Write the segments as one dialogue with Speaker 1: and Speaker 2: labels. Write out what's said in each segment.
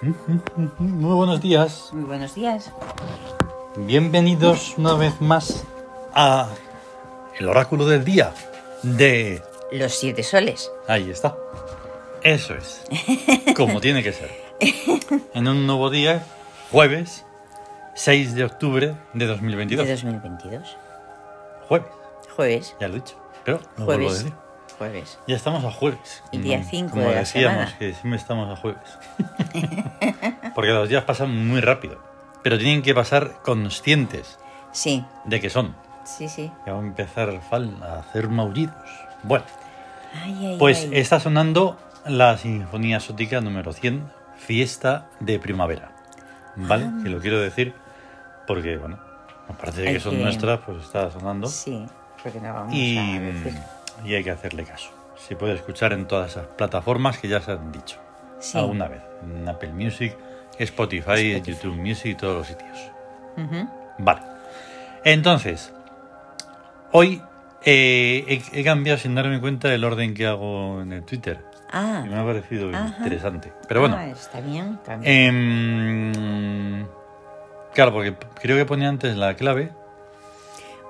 Speaker 1: Muy buenos días.
Speaker 2: Muy buenos días.
Speaker 1: Bienvenidos una vez más a el oráculo del día de...
Speaker 2: Los siete soles.
Speaker 1: Ahí está. Eso es. Como tiene que ser. En un nuevo día, jueves 6 de octubre de
Speaker 2: De
Speaker 1: 2022.
Speaker 2: 2022.
Speaker 1: Jueves,
Speaker 2: Jueves.
Speaker 1: ya lo he dicho. Pero lo vuelvo a
Speaker 2: Jueves.
Speaker 1: decir.
Speaker 2: Jueves.
Speaker 1: Ya estamos a jueves.
Speaker 2: Y día
Speaker 1: Como-
Speaker 2: cinco
Speaker 1: Como
Speaker 2: de la
Speaker 1: decíamos,
Speaker 2: semana.
Speaker 1: que siempre estamos a jueves. Porque los días pasan muy rápido. Pero tienen que pasar conscientes
Speaker 2: Sí,
Speaker 1: de que son.
Speaker 2: sí, sí.
Speaker 1: Ya va a empezar Fal a hacer maullidos. Bueno,
Speaker 2: Ay, ay,
Speaker 1: pues
Speaker 2: ay.
Speaker 1: está sonando la Sinfonía Sótica número 100, Fiesta de Primavera. ¿Vale? Que lo quiero decir porque, bueno, aparte de
Speaker 2: Ah. Hay
Speaker 1: que son
Speaker 2: que-
Speaker 1: nuestras, pues está sonando.
Speaker 2: Sí, porque no vamos
Speaker 1: Y, mm,
Speaker 2: a decir.
Speaker 1: y hay que hacerle caso. Se puede escuchar en todas esas plataformas que ya se han dicho.
Speaker 2: Sí.
Speaker 1: Alguna vez. En Apple Music, Spotify,
Speaker 2: Spotify.
Speaker 1: YouTube Music y todos los sitios.
Speaker 2: Ujú.
Speaker 1: Vale. Entonces, hoy eh, he, he cambiado sin darme cuenta el orden que hago en el Twitter.
Speaker 2: Ah,
Speaker 1: Y me ha parecido
Speaker 2: Ajá.
Speaker 1: interesante. Pero bueno. Eh,
Speaker 2: ah, está bien. también.
Speaker 1: em, claro, porque p- creo que ponía antes la clave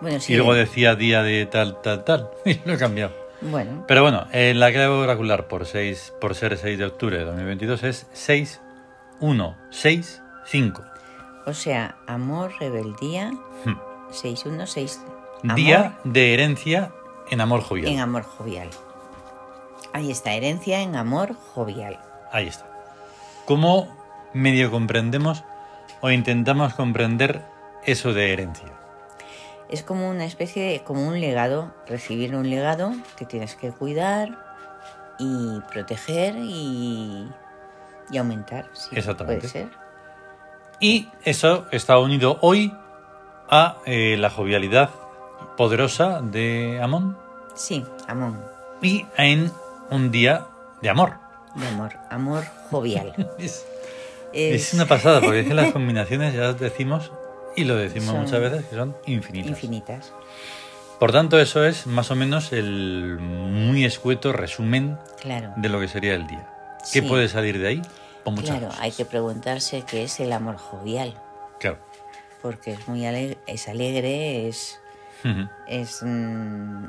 Speaker 2: bueno, sí. eh,
Speaker 1: y luego decía día de tal, tal, tal. Y lo he cambiado.
Speaker 2: Bueno,
Speaker 1: Pero bueno, eh, la clave oracular por, seis, por ser 6 de octubre de 2022 es 6165.
Speaker 2: o sea, amor, rebeldía, 616. Amor
Speaker 1: Hmm. Día de herencia en amor jovial.
Speaker 2: en amor jovial. Ahí está, herencia en amor jovial.
Speaker 1: Ahí está. ¿Cómo medio comprendemos o intentamos comprender eso de herencia?
Speaker 2: Es como una especie de, como un legado, recibir un legado que tienes que cuidar y proteger y, y aumentar. sí,
Speaker 1: Exactamente.
Speaker 2: Puede ser.
Speaker 1: Y eso está unido hoy a eh, la jovialidad poderosa de Amón
Speaker 2: Sí, amor,
Speaker 1: y en un día de amor.
Speaker 2: de amor, amor jovial.
Speaker 1: Es,
Speaker 2: Es
Speaker 1: es una pasada porque es que las combinaciones ya las decimos y lo decimos
Speaker 2: Son
Speaker 1: muchas veces que son infinitas.
Speaker 2: infinitas.
Speaker 1: Por tanto, eso es más o menos el muy escueto resumen
Speaker 2: Claro,
Speaker 1: de lo que sería el día. ¿Qué
Speaker 2: Sí.
Speaker 1: puede salir de ahí? Pues muchas
Speaker 2: claro,
Speaker 1: cosas.
Speaker 2: hay que preguntarse qué es el amor jovial,
Speaker 1: Claro.
Speaker 2: porque es muy alegre, es alegre, es,
Speaker 1: Ujú.
Speaker 2: es mm,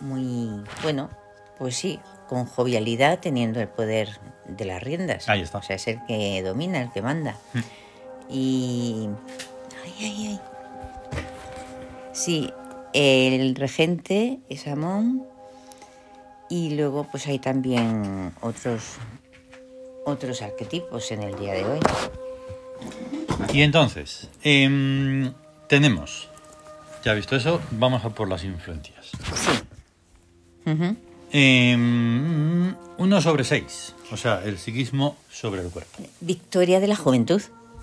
Speaker 2: muy bueno, pues sí, con jovialidad teniendo el poder de las riendas.
Speaker 1: Ahí está.
Speaker 2: O sea, es el que domina, el que manda.
Speaker 1: Mm.
Speaker 2: Y. Ay, ay, ay. Sí, el regente es Amón. Y luego, pues hay también otros otros arquetipos en el día de hoy.
Speaker 1: Y entonces, em, tenemos, ya visto eso, vamos a por las influencias.
Speaker 2: Sí. Ujú.
Speaker 1: Em, uno sobre seis, o sea, el psiquismo sobre el cuerpo.
Speaker 2: Victoria de la juventud.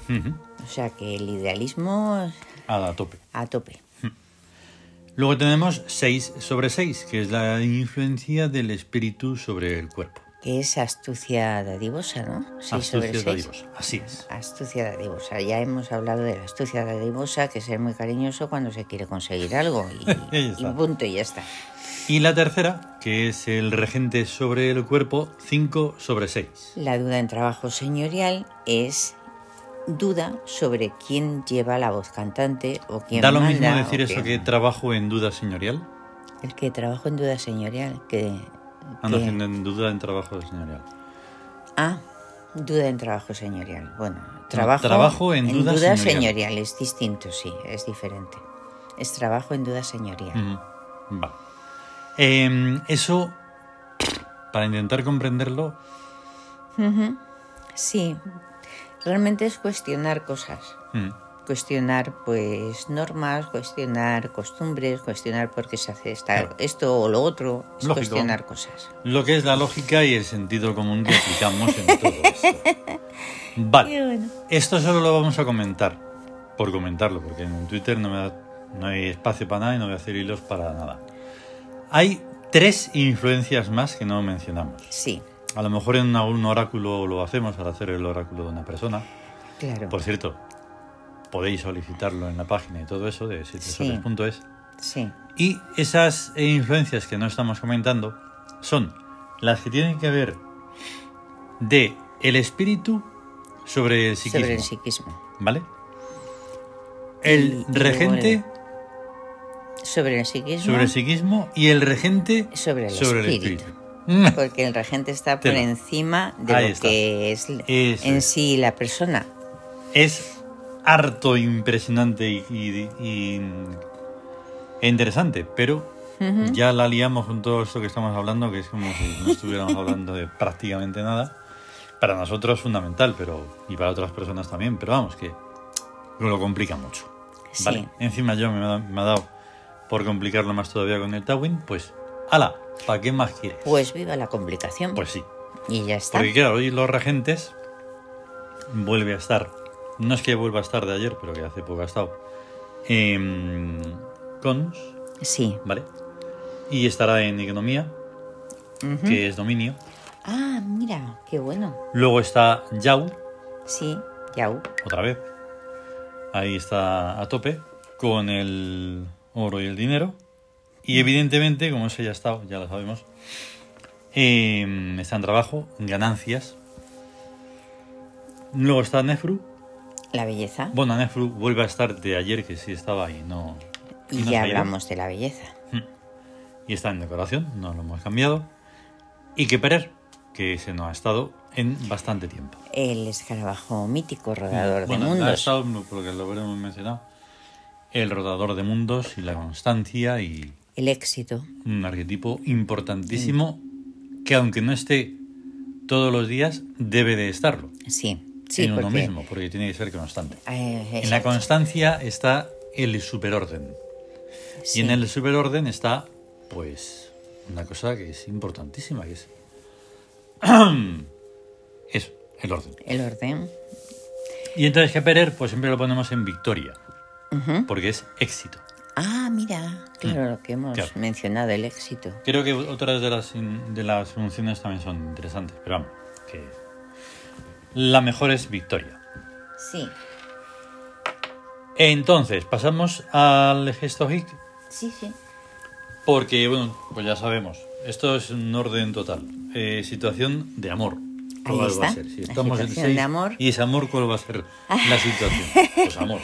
Speaker 1: Ujú.
Speaker 2: O sea que el idealismo
Speaker 1: A la tope.
Speaker 2: a tope.
Speaker 1: Luego tenemos 6 sobre 6, que es la influencia del espíritu sobre el cuerpo.
Speaker 2: Que es astucia dadivosa, ¿no? Sí,
Speaker 1: Astucias
Speaker 2: sobre seis.
Speaker 1: dadivosa. Así es.
Speaker 2: Astucia dadivosa. Ya hemos hablado de la astucia dadivosa, que es ser muy cariñoso cuando se quiere conseguir algo. Y,
Speaker 1: Ahí está.
Speaker 2: y punto, y ya está.
Speaker 1: Y la tercera, que es el regente sobre el cuerpo, 5 sobre 6.
Speaker 2: La duda en trabajo señorial es duda sobre quién lleva la voz cantante o quién
Speaker 1: Da lo mismo
Speaker 2: manda,
Speaker 1: decir
Speaker 2: o
Speaker 1: eso que
Speaker 2: quién-
Speaker 1: trabajo en duda señorial.
Speaker 2: El que trabajo en duda señorial, que...
Speaker 1: Ando
Speaker 2: que-
Speaker 1: haciendo en duda en trabajo señorial.
Speaker 2: Ah, duda en trabajo señorial. Bueno, trabajo,
Speaker 1: trabajo en duda señorial.
Speaker 2: señorial. es distinto, sí, es diferente. Es trabajo en duda señorial.
Speaker 1: Ujú. Vale. Em, eso, para intentar comprenderlo,
Speaker 2: Ujú. Sí, realmente es cuestionar cosas.
Speaker 1: mm,
Speaker 2: Cuestionar, pues, normas, cuestionar costumbres, cuestionar por qué se hace esta- esto o lo otro. Es
Speaker 1: Lógico.
Speaker 2: cuestionar cosas.
Speaker 1: lo que es la lógica y el sentido común que aplicamos en todo esto. Vale.
Speaker 2: bueno.
Speaker 1: Esto solo lo vamos a comentar, por comentarlo, porque en Twitter no, me da- no hay espacio para nada y no voy a hacer hilos para nada. Hay tres influencias más que no mencionamos.
Speaker 2: Sí,
Speaker 1: A lo mejor en un oráculo lo hacemos al hacer el oráculo de una persona.
Speaker 2: claro.
Speaker 1: Por cierto, podéis solicitarlo en la página y todo eso de sitiosocios.es.
Speaker 2: sí,
Speaker 1: Y esas influencias que no estamos comentando son las que tienen que ver de el espíritu sobre el psiquismo,
Speaker 2: sobre el psiquismo.
Speaker 1: ¿vale?
Speaker 2: Y- y
Speaker 1: El
Speaker 2: luego el-
Speaker 1: regente
Speaker 2: Sobre el psiquismo,
Speaker 1: sobre el psiquismo y el regente
Speaker 2: Sobre el espíritu.
Speaker 1: Mm,
Speaker 2: porque el regente está por
Speaker 1: Tela.
Speaker 2: encima de
Speaker 1: Ahí
Speaker 2: lo
Speaker 1: está.
Speaker 2: que es l-
Speaker 1: Eso
Speaker 2: en
Speaker 1: es.
Speaker 2: sí la persona.
Speaker 1: Es harto impresionante y, y- y- e interesante, pero ya la liamos con todo esto que estamos hablando, que es como si no estuviéramos hablando de prácticamente nada. Para nosotros es fundamental, pero y para otras personas también, pero vamos, que lo complica mucho.
Speaker 2: Sí.
Speaker 1: Vale, encima yo me, ha- me ha dado por complicarlo más todavía con el Tawin, pues ala, ¿para qué más quieres?
Speaker 2: Pues viva la complicación.
Speaker 1: Pues sí.
Speaker 2: y ya está.
Speaker 1: Porque claro, hoy los regentes vuelve a estar. No es que vuelva a estar de ayer, pero que hace poco ha estado. em, cons,
Speaker 2: Sí.
Speaker 1: ¿vale? Y estará en economía,
Speaker 2: Ujú.
Speaker 1: que es dominio.
Speaker 2: Ah, mira, qué bueno.
Speaker 1: Luego está Yau,
Speaker 2: Sí, Yau.
Speaker 1: otra vez. Ahí está a tope con el oro y el dinero. Y evidentemente, como eso ya está, ya lo sabemos, em, está en trabajo, ganancias. Luego está Nefru,
Speaker 2: La belleza.
Speaker 1: Bueno, Nefru vuelve a estar de ayer, que sí estaba ahí, no.
Speaker 2: Y
Speaker 1: no se
Speaker 2: ya
Speaker 1: ha ido.
Speaker 2: hablamos de la belleza.
Speaker 1: Y está en decoración, no lo hemos cambiado. Y que Perer, que se nos ha estado en bastante tiempo.
Speaker 2: El escarabajo mítico rodador
Speaker 1: Mm, Bueno,
Speaker 2: de
Speaker 1: ha
Speaker 2: mundos.
Speaker 1: estado, porque lo habremos mencionado, el rodador de mundos y la constancia y
Speaker 2: El éxito.
Speaker 1: un arquetipo importantísimo
Speaker 2: Mm.
Speaker 1: que, aunque no esté todos los días, debe de estarlo
Speaker 2: Sí, sí,
Speaker 1: en uno
Speaker 2: porque-
Speaker 1: mismo, porque tiene que ser constante.
Speaker 2: Eh,
Speaker 1: En la
Speaker 2: exacto,
Speaker 1: constancia está el superorden.
Speaker 2: sí.
Speaker 1: Y en el superorden está, pues, una cosa que es importantísima, que es... Eso, el orden.
Speaker 2: El orden.
Speaker 1: Y entonces que Perer, pues siempre lo ponemos en victoria,
Speaker 2: Ujú.
Speaker 1: porque es éxito.
Speaker 2: Ah, mira, claro, lo que hemos
Speaker 1: Mm. Claro.
Speaker 2: mencionado, el éxito.
Speaker 1: Creo que otras de las, in- de las funciones también son interesantes, pero vamos, que la mejor es victoria.
Speaker 2: Sí,
Speaker 1: Entonces, pasamos al gesto hic,
Speaker 2: sí, sí.
Speaker 1: porque, bueno, pues ya sabemos, esto es un orden total. Eh, situación de amor.
Speaker 2: Ahí
Speaker 1: ¿Cuál va a
Speaker 2: está,
Speaker 1: ser? Si
Speaker 2: la
Speaker 1: estamos en
Speaker 2: situación
Speaker 1: seis,
Speaker 2: de amor.
Speaker 1: ¿Y ese amor cuál va a ser la situación? Pues amor.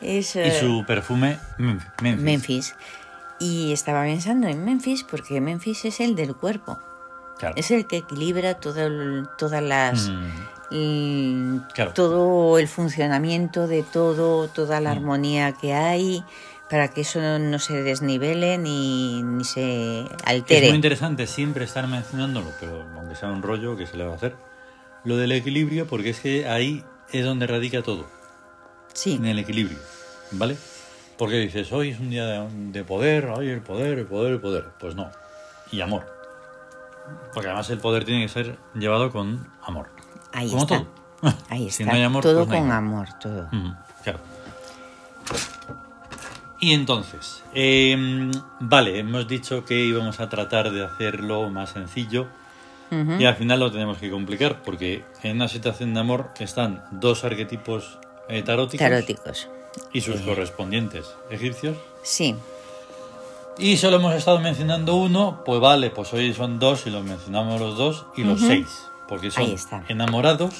Speaker 2: Eso,
Speaker 1: Y su perfume, Memf- Memphis.
Speaker 2: Memphis. Y estaba pensando en Memphis porque Memphis es el del cuerpo.
Speaker 1: Claro.
Speaker 2: Es el que equilibra todo el- todas las...
Speaker 1: Mm,
Speaker 2: el-
Speaker 1: Claro.
Speaker 2: todo el funcionamiento de todo, toda
Speaker 1: Mm.
Speaker 2: la armonía que hay, para que eso no, no se desnivele ni, ni se
Speaker 1: Es muy
Speaker 2: altere.
Speaker 1: interesante siempre estar mencionándolo, pero aunque sea un rollo que se le va a hacer. Lo del equilibrio, porque es que ahí es donde radica todo,
Speaker 2: Sí,
Speaker 1: en el equilibrio, ¿vale? Porque dices, hoy es un día de, de poder, hoy el poder, el poder, el poder. Pues no, y amor. Porque además el poder tiene que ser llevado con amor.
Speaker 2: ahí
Speaker 1: Como
Speaker 2: está.
Speaker 1: todo.
Speaker 2: Ahí
Speaker 1: Si no
Speaker 2: está.
Speaker 1: hay amor,
Speaker 2: todo
Speaker 1: pues no hay
Speaker 2: con
Speaker 1: amor.
Speaker 2: amor, todo.
Speaker 1: Ujú, claro. Y entonces, em, vale, hemos dicho que íbamos a tratar de hacerlo más sencillo.
Speaker 2: Ujú.
Speaker 1: Y al final lo tenemos que complicar porque en una situación de amor están dos arquetipos eh, taróticos
Speaker 2: Taróticos.
Speaker 1: y sus
Speaker 2: Sí.
Speaker 1: correspondientes egipcios.
Speaker 2: Sí,
Speaker 1: Y solo hemos estado mencionando uno, pues vale, pues hoy son dos y los mencionamos los dos y los seis. Porque son
Speaker 2: Ahí está.
Speaker 1: enamorados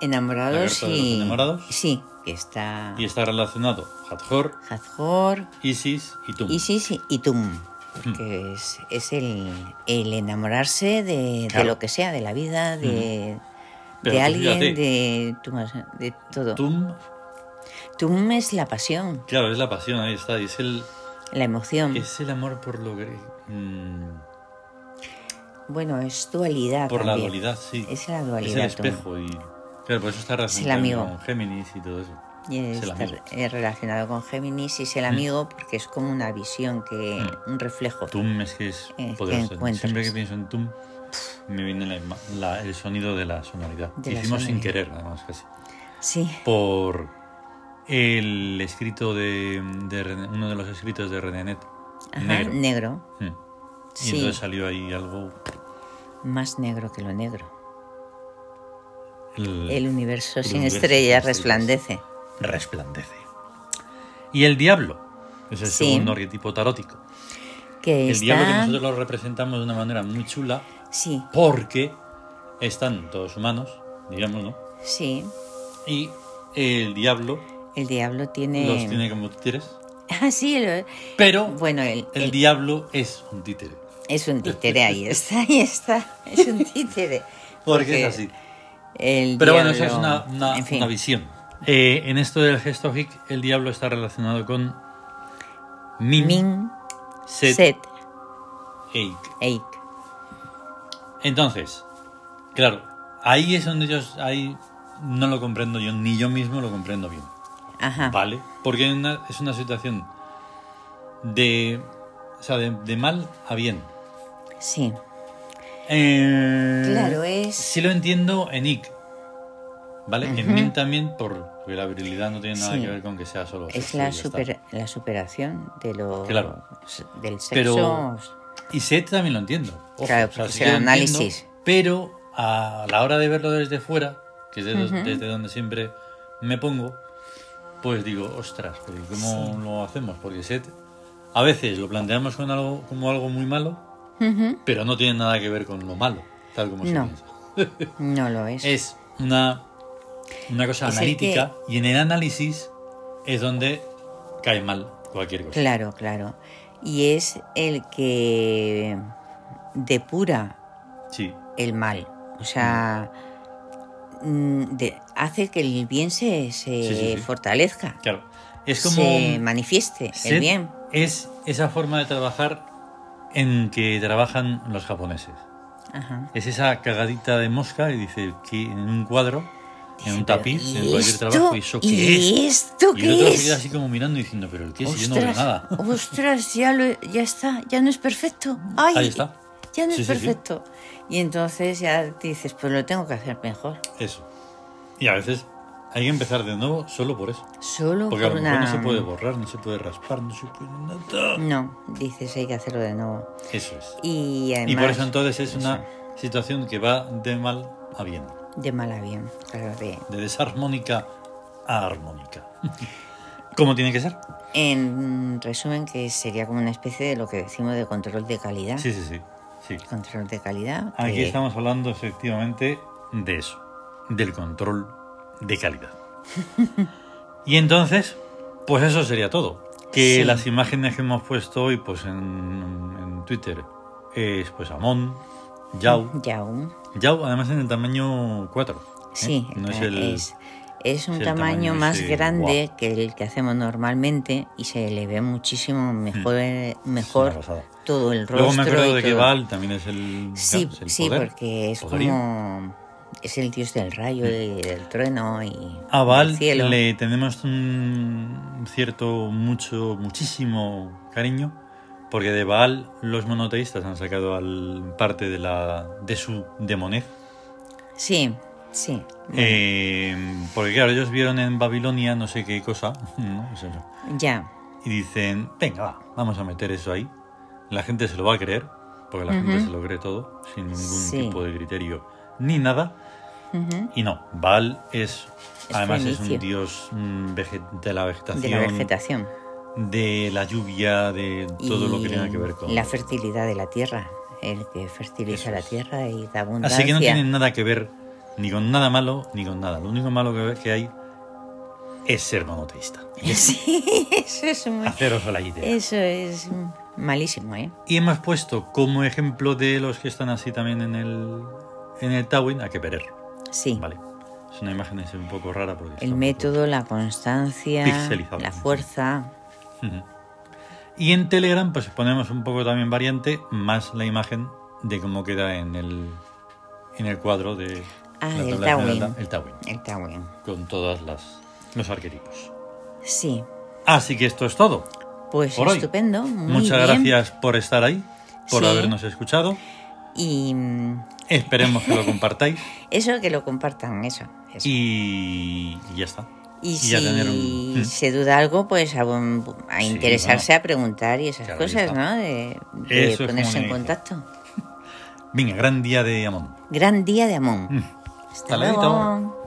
Speaker 1: La
Speaker 2: enamorados
Speaker 1: carta de los
Speaker 2: y.
Speaker 1: enamorados.
Speaker 2: Sí, que está
Speaker 1: y está relacionado Hathor,
Speaker 2: Hathor,
Speaker 1: Isis y Tum.
Speaker 2: Isis y Tum,
Speaker 1: Mm.
Speaker 2: que es, es el, el enamorarse de, de
Speaker 1: Claro. Mm.
Speaker 2: lo que sea, de la vida, de,
Speaker 1: Pero
Speaker 2: de
Speaker 1: tú
Speaker 2: alguien,
Speaker 1: fíjate.
Speaker 2: de, tú más- de todo.
Speaker 1: Tum,
Speaker 2: Tum es la pasión,
Speaker 1: claro, es la pasión, ahí está, y es el,
Speaker 2: la emoción.
Speaker 1: es el amor por lo que... mm,
Speaker 2: bueno, es dualidad.
Speaker 1: Por la
Speaker 2: también.
Speaker 1: dualidad, sí.
Speaker 2: Es la dualidad,
Speaker 1: Es el espejo y. Claro, por eso está relacionado
Speaker 2: amigo.
Speaker 1: con Géminis y todo eso.
Speaker 2: Y
Speaker 1: es el
Speaker 2: está
Speaker 1: amigo. Mm.
Speaker 2: eh, relacionado con Géminis y es el amigo porque es como una visión, que un reflejo.
Speaker 1: Tum es que es
Speaker 2: Eh, que
Speaker 1: poderoso.
Speaker 2: encuentras.
Speaker 1: Siempre que pienso en Tum, me viene la ima- la- el sonido de la sonoridad.
Speaker 2: De
Speaker 1: que
Speaker 2: la
Speaker 1: Hicimos sin
Speaker 2: sonoridad.
Speaker 1: querer, además, casi.
Speaker 2: Sí,
Speaker 1: Por el escrito de, de René- uno de los escritos de René Net.
Speaker 2: Ajá,
Speaker 1: negro.
Speaker 2: negro.
Speaker 1: Mm. Y
Speaker 2: Sí.
Speaker 1: entonces salió ahí algo.
Speaker 2: Más negro que lo negro.
Speaker 1: el-
Speaker 2: El universo
Speaker 1: universo
Speaker 2: sin
Speaker 1: sin
Speaker 2: estrellas
Speaker 1: estrellas.
Speaker 2: resplandece.
Speaker 1: resplandece. Y el diablo es el
Speaker 2: Sí.
Speaker 1: segundo arquetipo tarótico.
Speaker 2: Que
Speaker 1: El
Speaker 2: está-
Speaker 1: diablo que nosotros lo representamos de una manera muy chula
Speaker 2: Sí,
Speaker 1: porque están todos humanos, digamos, ¿no?
Speaker 2: sí.
Speaker 1: Y el diablo
Speaker 2: El diablo tiene.
Speaker 1: los tiene como títeres,
Speaker 2: Ah, sí. lo-
Speaker 1: pero
Speaker 2: Em. Bueno, el,
Speaker 1: el,
Speaker 2: el-
Speaker 1: diablo es un títere.
Speaker 2: es un títere, ahí está, ahí está. Es un títere.
Speaker 1: Porque es así.
Speaker 2: el
Speaker 1: Pero bueno, esa
Speaker 2: diablo-
Speaker 1: es una, una-
Speaker 2: en fin,
Speaker 1: una visión. Eh, en esto del gesto hic, el diablo está relacionado con min,
Speaker 2: Min,
Speaker 1: set,
Speaker 2: set,
Speaker 1: eik.
Speaker 2: eik.
Speaker 1: Entonces, claro, ahí es donde yo ahí no lo comprendo yo, ni yo mismo lo comprendo bien.
Speaker 2: Ajá.
Speaker 1: Vale, porque es una- es una situación de, o sea, de, de mal a bien.
Speaker 2: Sí.
Speaker 1: Eh,
Speaker 2: Claro, es-
Speaker 1: Sí lo entiendo en Ick. ¿Vale? En Min también, por, porque la virilidad no tiene nada
Speaker 2: Sí.
Speaker 1: que ver con que sea solo
Speaker 2: Es
Speaker 1: sexo
Speaker 2: la,
Speaker 1: y ya está.
Speaker 2: super, la superación de los
Speaker 1: Claro.
Speaker 2: del sexo.
Speaker 1: Pero- Y Seth también lo entiendo. Ojo,
Speaker 2: Claro,
Speaker 1: o sea,
Speaker 2: porque
Speaker 1: sí
Speaker 2: es el
Speaker 1: lo entiendo,
Speaker 2: análisis.
Speaker 1: pero a la hora de verlo desde fuera, que es de- desde donde siempre me pongo, pues digo, ostras, pero ¿y ¿cómo lo hacemos? Porque Seth a veces lo planteamos con algo, como algo muy malo,
Speaker 2: Ujú,
Speaker 1: pero no tiene nada que ver con lo malo, tal como se
Speaker 2: No.
Speaker 1: piensa.
Speaker 2: No lo es.
Speaker 1: Es una, una cosa
Speaker 2: Es el
Speaker 1: analítica y en el análisis es donde cae mal cualquier cosa.
Speaker 2: Claro, claro. Y es el que depura
Speaker 1: Sí,
Speaker 2: el mal. O sea, mm, de- hace que el bien se, se
Speaker 1: Sí, sí, sí.
Speaker 2: fortalezca,
Speaker 1: claro. Es como...
Speaker 2: se manifieste
Speaker 1: Set
Speaker 2: el bien.
Speaker 1: Es esa forma de trabajar en que trabajan los japoneses.
Speaker 2: Ajá.
Speaker 1: Es esa cagadita de mosca y dice que en un cuadro, en un
Speaker 2: Pero,
Speaker 1: tapiz,
Speaker 2: ¿y
Speaker 1: en cualquier
Speaker 2: esto?
Speaker 1: trabajo, ¿y eso qué
Speaker 2: ¿Y
Speaker 1: es?
Speaker 2: esto
Speaker 1: y el
Speaker 2: qué
Speaker 1: otro
Speaker 2: es?
Speaker 1: se queda así como mirando y diciendo, pero ¿qué es? Si yo no veo nada.
Speaker 2: ostras, ya, lo, ya está, ya no es perfecto. Ay,
Speaker 1: Ahí está.
Speaker 2: Ya no
Speaker 1: Sí,
Speaker 2: es
Speaker 1: sí, sí.
Speaker 2: perfecto. Y entonces ya dices, pues lo tengo que hacer mejor.
Speaker 1: Eso. Y a veces hay que empezar de nuevo solo por eso.
Speaker 2: Solo
Speaker 1: Porque a
Speaker 2: por
Speaker 1: lo mejor
Speaker 2: una...
Speaker 1: no se puede borrar, no se puede raspar, no se puede nada.
Speaker 2: No, dices, hay que hacerlo de nuevo.
Speaker 1: Eso es.
Speaker 2: Y además...
Speaker 1: Y por eso entonces es una situación que va de mal a bien.
Speaker 2: De mal a bien, claro, de...
Speaker 1: de desarmónica a armónica. ¿Cómo tiene que ser?
Speaker 2: ¿Eh? En resumen, que sería como una especie de lo que decimos de control de calidad.
Speaker 1: Sí, sí, sí. sí.
Speaker 2: Control de calidad.
Speaker 1: Aquí
Speaker 2: que-
Speaker 1: estamos hablando efectivamente de eso, del control de calidad. y entonces, pues eso sería todo. Que
Speaker 2: Sí.
Speaker 1: las imágenes que hemos puesto hoy pues en, en Twitter es pues Amon, Yao.
Speaker 2: Ya aún.
Speaker 1: Yao además en el tamaño 4.
Speaker 2: Sí,
Speaker 1: ¿Eh? No es
Speaker 2: eh,
Speaker 1: el...
Speaker 2: es, es un
Speaker 1: es el
Speaker 2: tamaño,
Speaker 1: tamaño
Speaker 2: más
Speaker 1: ese,
Speaker 2: grande que el que hacemos normalmente y se le ve muchísimo
Speaker 1: Hmm.
Speaker 2: mejor, eh,
Speaker 1: Es una
Speaker 2: mejor
Speaker 1: pasada.
Speaker 2: todo el rostro.
Speaker 1: Luego me acuerdo
Speaker 2: y
Speaker 1: de que
Speaker 2: todo.
Speaker 1: Baal también es el...
Speaker 2: Sí,
Speaker 1: es el
Speaker 2: sí,
Speaker 1: poder,
Speaker 2: porque es
Speaker 1: poderío.
Speaker 2: como. Es el dios del rayo y del trueno y.
Speaker 1: Hmm. A Val
Speaker 2: del cielo.
Speaker 1: le tenemos un cierto, mucho, muchísimo cariño, porque de Baal los monoteístas han sacado al parte de la de su demonez.
Speaker 2: Sí, sí.
Speaker 1: Eh, porque claro, ellos vieron en Babilonia no sé qué cosa, ¿no? Eso no.
Speaker 2: Ya.
Speaker 1: y dicen, venga, va, vamos a meter eso ahí. La gente se lo va a creer, porque la gente se lo cree todo, sin ningún
Speaker 2: Sí.
Speaker 1: tipo de criterio ni nada.
Speaker 2: Ujú.
Speaker 1: Y no, Baal es,
Speaker 2: Es
Speaker 1: además es un
Speaker 2: fenicio.
Speaker 1: dios mm, vege- de la vegetación,
Speaker 2: De la vegetación.
Speaker 1: de la lluvia, de todo
Speaker 2: y
Speaker 1: lo que tiene que ver con...
Speaker 2: La fertilidad de la tierra. El que fertiliza
Speaker 1: Eso
Speaker 2: la
Speaker 1: es.
Speaker 2: tierra y da abundancia.
Speaker 1: Así que no tienen nada que ver ni con nada malo ni con nada. Lo único malo que, que hay es ser monoteísta.
Speaker 2: Sí, eso es muy.
Speaker 1: Haceros a la idea.
Speaker 2: Eso es malísimo, ¿eh?
Speaker 1: Y hemos puesto como ejemplo de los que están así también en el, en el Tawin a Keperer.
Speaker 2: Sí.
Speaker 1: Vale. Es una imagen así un poco rara porque... está
Speaker 2: El
Speaker 1: un
Speaker 2: método, la constancia,
Speaker 1: Pixelizado.
Speaker 2: la fuerza.
Speaker 1: Ujú. Y en Telegram, pues ponemos un poco también variante, más la imagen de cómo queda en el, en el cuadro de
Speaker 2: Ah,
Speaker 1: la
Speaker 2: del
Speaker 1: tabla
Speaker 2: Tawin.
Speaker 1: general, el Tawin,
Speaker 2: El Tawin.
Speaker 1: con todas las los arquetipos.
Speaker 2: Sí.
Speaker 1: Así que esto es todo.
Speaker 2: Pues
Speaker 1: Por hoy.
Speaker 2: estupendo. muy
Speaker 1: Muchas
Speaker 2: bien.
Speaker 1: gracias por estar ahí, por
Speaker 2: Sí.
Speaker 1: habernos escuchado.
Speaker 2: Y mm,
Speaker 1: Esperemos que lo compartáis
Speaker 2: eso, que lo compartan, eso. eso.
Speaker 1: y, y ya está.
Speaker 2: Y
Speaker 1: y ya tener un-
Speaker 2: si se duda algo, pues a, buen- a
Speaker 1: Sí,
Speaker 2: interesarse, a preguntar y esas
Speaker 1: Claro, ahí
Speaker 2: cosas,
Speaker 1: está.
Speaker 2: ¿no? De, de
Speaker 1: Eso es
Speaker 2: ponerse en
Speaker 1: comunicación.
Speaker 2: contacto.
Speaker 1: Venga, gran día de Amón.
Speaker 2: Gran día de Amón.
Speaker 1: Mm.
Speaker 2: Hasta
Speaker 1: Hasta luego.
Speaker 2: luego.